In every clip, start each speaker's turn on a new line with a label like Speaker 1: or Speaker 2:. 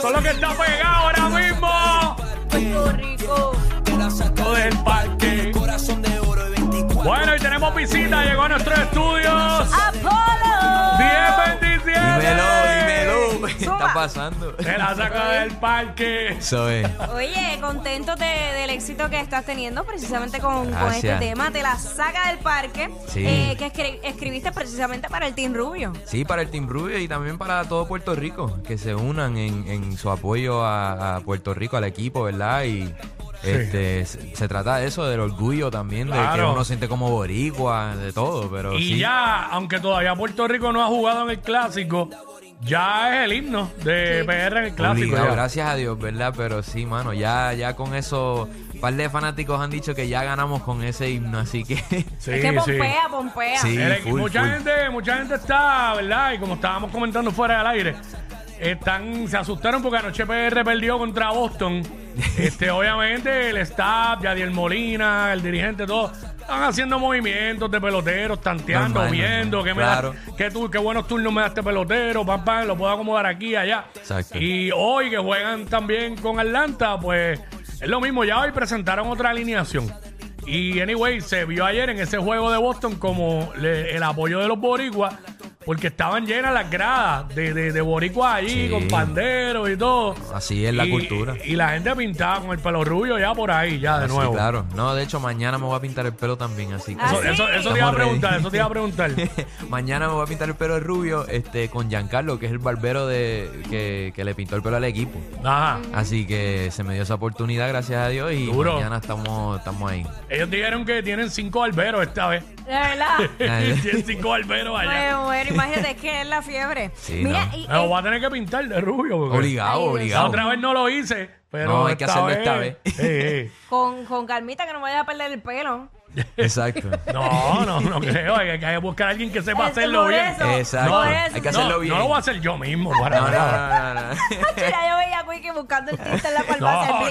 Speaker 1: Son los que está pegado ahora mismo.
Speaker 2: Puerto Rico.
Speaker 1: Todo el parque.
Speaker 3: Corazón de oro y 24.
Speaker 1: Bueno, y tenemos visita. Llegó a nuestros estudios.
Speaker 2: Apolo.
Speaker 1: 1027.
Speaker 4: Dímelo, dímelo. ¿Qué
Speaker 2: Zumba.
Speaker 4: está pasando?
Speaker 1: Se la sacó del parque.
Speaker 4: Eso es.
Speaker 2: Oye, contento de- del éxito que estás teniendo precisamente con, con
Speaker 4: Gracias.
Speaker 2: este tema. Te la saca del parque.
Speaker 4: Sí.
Speaker 2: eh, que escri- escribiste precisamente para el Team Rubio.
Speaker 4: Sí, para el Team Rubio y también para todo Puerto Rico, que se unan en, en su apoyo a, a Puerto Rico, al equipo, ¿verdad? Y este, se, se trata de eso, del orgullo también, de que
Speaker 1: Claro.
Speaker 4: uno siente como boricua, de todo, pero
Speaker 1: Y
Speaker 4: sí.
Speaker 1: ya, aunque todavía Puerto Rico no ha jugado en el clásico, ya es el himno de PR en el clásico.
Speaker 4: Obligado,
Speaker 1: ya.
Speaker 4: gracias a Dios, ¿verdad? Pero sí, mano, ya, ya con eso, un par de fanáticos han dicho que ya ganamos con ese himno, así que
Speaker 1: Sí,
Speaker 2: es que
Speaker 1: sí.
Speaker 2: pompea, pompea.
Speaker 4: Sí.
Speaker 1: El equi-
Speaker 4: full,
Speaker 1: mucha
Speaker 4: full.
Speaker 1: gente, mucha gente está, ¿verdad? Y como estábamos comentando fuera del aire, están, se asustaron porque anoche PR perdió contra Boston. Este, obviamente, el staff, Yadiel Molina, el dirigente, todos están haciendo movimientos de peloteros, tanteando,
Speaker 4: Normal,
Speaker 1: viendo
Speaker 4: normal,
Speaker 1: qué,
Speaker 4: claro.
Speaker 1: me da- qué, tu- qué buenos turnos me da este pelotero, pam, pam, lo puedo acomodar aquí, allá.
Speaker 4: Exacto.
Speaker 1: Y hoy que juegan también con Atlanta, pues es lo mismo. Ya hoy presentaron otra alineación. Y anyway, se vio ayer en ese juego de Boston como le- el apoyo de los boricuas, porque estaban llenas las gradas de, de, de boricuas allí,
Speaker 4: Sí.
Speaker 1: con panderos y todo.
Speaker 4: Así es la
Speaker 1: Y-
Speaker 4: cultura.
Speaker 1: Y la gente pintaba con el pelo rubio ya por ahí, ya de
Speaker 4: Así,
Speaker 1: nuevo.
Speaker 4: claro. No, de hecho, mañana me voy a pintar el pelo también, así que...
Speaker 2: Ah,
Speaker 1: Eso,
Speaker 2: ¿sí?
Speaker 1: eso- eso
Speaker 4: Estamos
Speaker 1: te iba a
Speaker 4: ready.
Speaker 1: preguntar, eso te iba a preguntar.
Speaker 4: Mañana me voy a pintar el pelo de rubio este, con Giancarlo, que es el barbero de, que, que le pintó el pelo al equipo.
Speaker 1: Ajá.
Speaker 4: Así que se me dio esa oportunidad, gracias a Dios, y
Speaker 1: Duro.
Speaker 4: mañana estamos, estamos ahí.
Speaker 1: Ellos dijeron que tienen cinco alberos esta vez.
Speaker 2: De verdad.
Speaker 1: tienen cinco alberos allá.
Speaker 2: Me muero, imagínate es que es la fiebre.
Speaker 4: Sí,
Speaker 2: Mira,
Speaker 4: no.
Speaker 2: y-
Speaker 1: Me lo
Speaker 2: y-
Speaker 1: voy a tener que pintar de rubio. porque-
Speaker 4: Obligado,
Speaker 2: Ay, Dios.
Speaker 1: La
Speaker 4: obligado.
Speaker 1: otra vez no lo hice, pero.
Speaker 4: No, hay que hacerlo esta vez.
Speaker 1: Eh, eh.
Speaker 2: con, con calmita que no me vaya a perder el pelo.
Speaker 4: Exacto.
Speaker 1: No, no, no creo. Hay que hay que buscar a alguien que sepa
Speaker 2: Es
Speaker 1: hacerlo
Speaker 2: por
Speaker 1: bien.
Speaker 2: eso,
Speaker 4: Exacto.
Speaker 2: por
Speaker 4: Hay
Speaker 2: eso.
Speaker 4: que hacerlo
Speaker 1: no,
Speaker 4: bien.
Speaker 1: No lo voy a hacer yo mismo. Para
Speaker 4: No, no,
Speaker 1: nada.
Speaker 4: no, no, no.
Speaker 2: Mira, yo veía a Quickie buscando el tinte en la farmacia.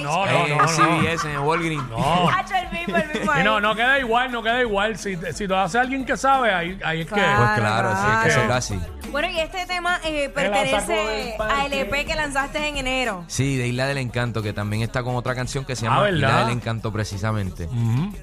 Speaker 1: No,
Speaker 2: el bleach.
Speaker 1: no,
Speaker 4: Eh,
Speaker 1: no,
Speaker 4: en
Speaker 1: no,
Speaker 4: CVS, en Walgreens.
Speaker 1: No.
Speaker 2: Hacho, el mismo, el mismo.
Speaker 1: Y
Speaker 2: ahí.
Speaker 1: no, no queda igual, no queda igual. Si, si lo hace alguien que sabe, ahí, ahí es que.
Speaker 4: Pues
Speaker 2: Claro,
Speaker 4: claro, sí, hay que
Speaker 1: claro.
Speaker 4: hacerlo así.
Speaker 2: Bueno, y este tema eh,
Speaker 1: saco del
Speaker 2: pertenece
Speaker 1: parque.
Speaker 2: al EP que lanzaste en enero.
Speaker 4: Sí, de Isla del Encanto, que también está con otra canción que se
Speaker 1: Ah,
Speaker 4: llama
Speaker 1: ¿verdad?
Speaker 4: Isla del Encanto, precisamente.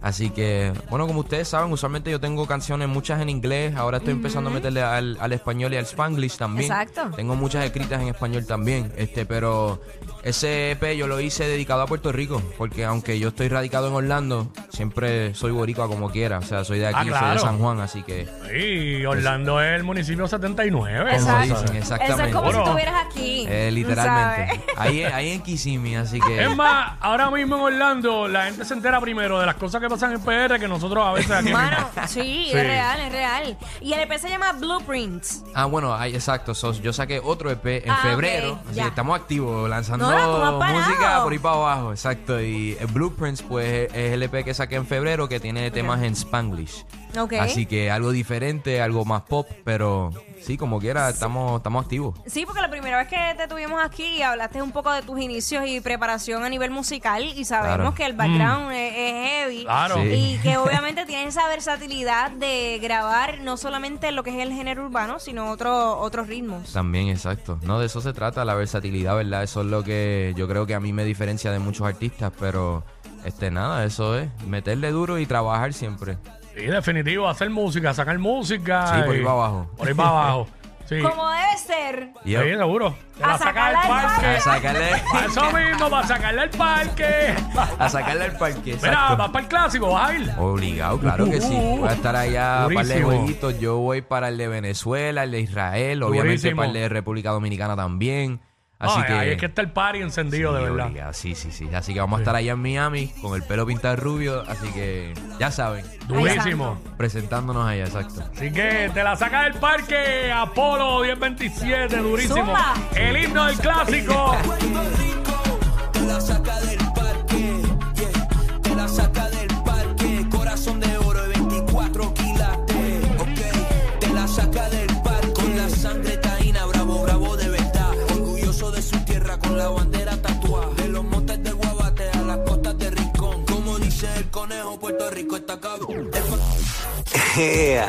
Speaker 4: Así que, bueno, como ustedes saben, usualmente yo tengo canciones, muchas en inglés, ahora estoy empezando a meterle al, al español y al spanglish también.
Speaker 2: Exacto.
Speaker 4: Tengo muchas escritas en español también, este, pero ese EP yo lo hice dedicado a Puerto Rico, porque aunque yo estoy radicado en Orlando, siempre soy boricua como quiera, o sea, soy de aquí,
Speaker 1: Ah,
Speaker 4: soy
Speaker 1: claro.
Speaker 4: de San Juan, así que...
Speaker 1: Sí, Orlando es el municipio 79.
Speaker 4: Como
Speaker 2: Exacto.
Speaker 4: dicen,
Speaker 2: Eso es
Speaker 4: exactamente.
Speaker 2: como si
Speaker 1: Bueno.
Speaker 2: estuvieras aquí.
Speaker 4: Eh,
Speaker 2: ¿tú
Speaker 4: literalmente.
Speaker 2: sabes?
Speaker 4: Ahí, ahí en Kissimmee, así que...
Speaker 1: Es más, ahora mismo en Orlando la gente se entera primero de las cosas que pasan en PR que nosotros a veces aquí.
Speaker 2: Mano, sí,
Speaker 1: Sí.
Speaker 2: es real, es real. Y el EP se llama Blueprints.
Speaker 4: Ah, bueno, ay, exacto. so, yo saqué otro EP en
Speaker 2: Ah, ok,
Speaker 4: febrero. así
Speaker 2: ya.
Speaker 4: que estamos activos, lanzando
Speaker 2: No, no, tú no has
Speaker 4: música
Speaker 2: parado.
Speaker 4: por ahí para abajo. Exacto. Y eh, Blueprints, pues, es el EP que saqué en febrero que tiene temas en Spanglish.
Speaker 2: Ok.
Speaker 4: Así que algo diferente, algo más pop, pero sí, como quiera, estamos, estamos activos.
Speaker 2: Sí, porque la primera vez que te tuvimos aquí hablaste un poco de tus inicios y preparación a nivel musical y sabemos
Speaker 4: Claro.
Speaker 2: que el background es, es heavy.
Speaker 1: Mm. Claro.
Speaker 4: Sí.
Speaker 2: Y que obviamente tienes esa versatilidad de grabar no solamente lo que es el género urbano, sino otro- otros ritmos.
Speaker 4: También, exacto. No, de eso se trata, la versatilidad, ¿verdad? Eso es lo que yo creo que a mí me diferencia de muchos artistas, pero este nada, eso es meterle duro y trabajar siempre.
Speaker 1: Sí, definitivo, hacer música, sacar música.
Speaker 4: Sí, por
Speaker 1: y-
Speaker 4: ahí para abajo.
Speaker 1: Por ahí para abajo. Sí,
Speaker 2: Como debe ser.
Speaker 4: Y
Speaker 1: Sí, seguro. Te
Speaker 2: A
Speaker 1: la saca del
Speaker 2: sacarla del
Speaker 1: parque.
Speaker 4: a Ah, sacarle.
Speaker 1: Para eso mismo, para sacarle al parque.
Speaker 4: a sacarla al parque.
Speaker 1: Mira,
Speaker 4: exacto.
Speaker 1: vas para el clásico, vas a ir.
Speaker 4: Oh, Obligado, claro que sí. Voy a estar allá para el de
Speaker 1: Durísimo.
Speaker 4: jueguitos. Yo voy para el de Venezuela, el de Israel, obviamente
Speaker 1: Durísimo.
Speaker 4: para el de República Dominicana también. Así
Speaker 1: Ay,
Speaker 4: que.
Speaker 1: Ahí es que está el party encendido,
Speaker 4: sí,
Speaker 1: de verdad.
Speaker 4: obligado, sí, sí, sí. Así que vamos a estar allá en Miami con el pelo pintado rubio. Así que ya saben,
Speaker 1: Durísimo.
Speaker 4: presentándonos allá, exacto.
Speaker 1: Así que te la saca del parque, Apolo 1027, durísimo.
Speaker 2: Zumba.
Speaker 1: El himno del clásico.
Speaker 3: Puerto Rico, te la saca del parque, yeah, te la saca del parque, corazón de oro y 24 quilates, ok, te la saca del parque, con la sangre taína, bravo, bravo de verdad, orgulloso de su tierra, con la bandera tatuada, de los montes de Guabate a las costas de Rincón, como dice el conejo, Puerto Rico está cabrón.
Speaker 5: ¡Ea!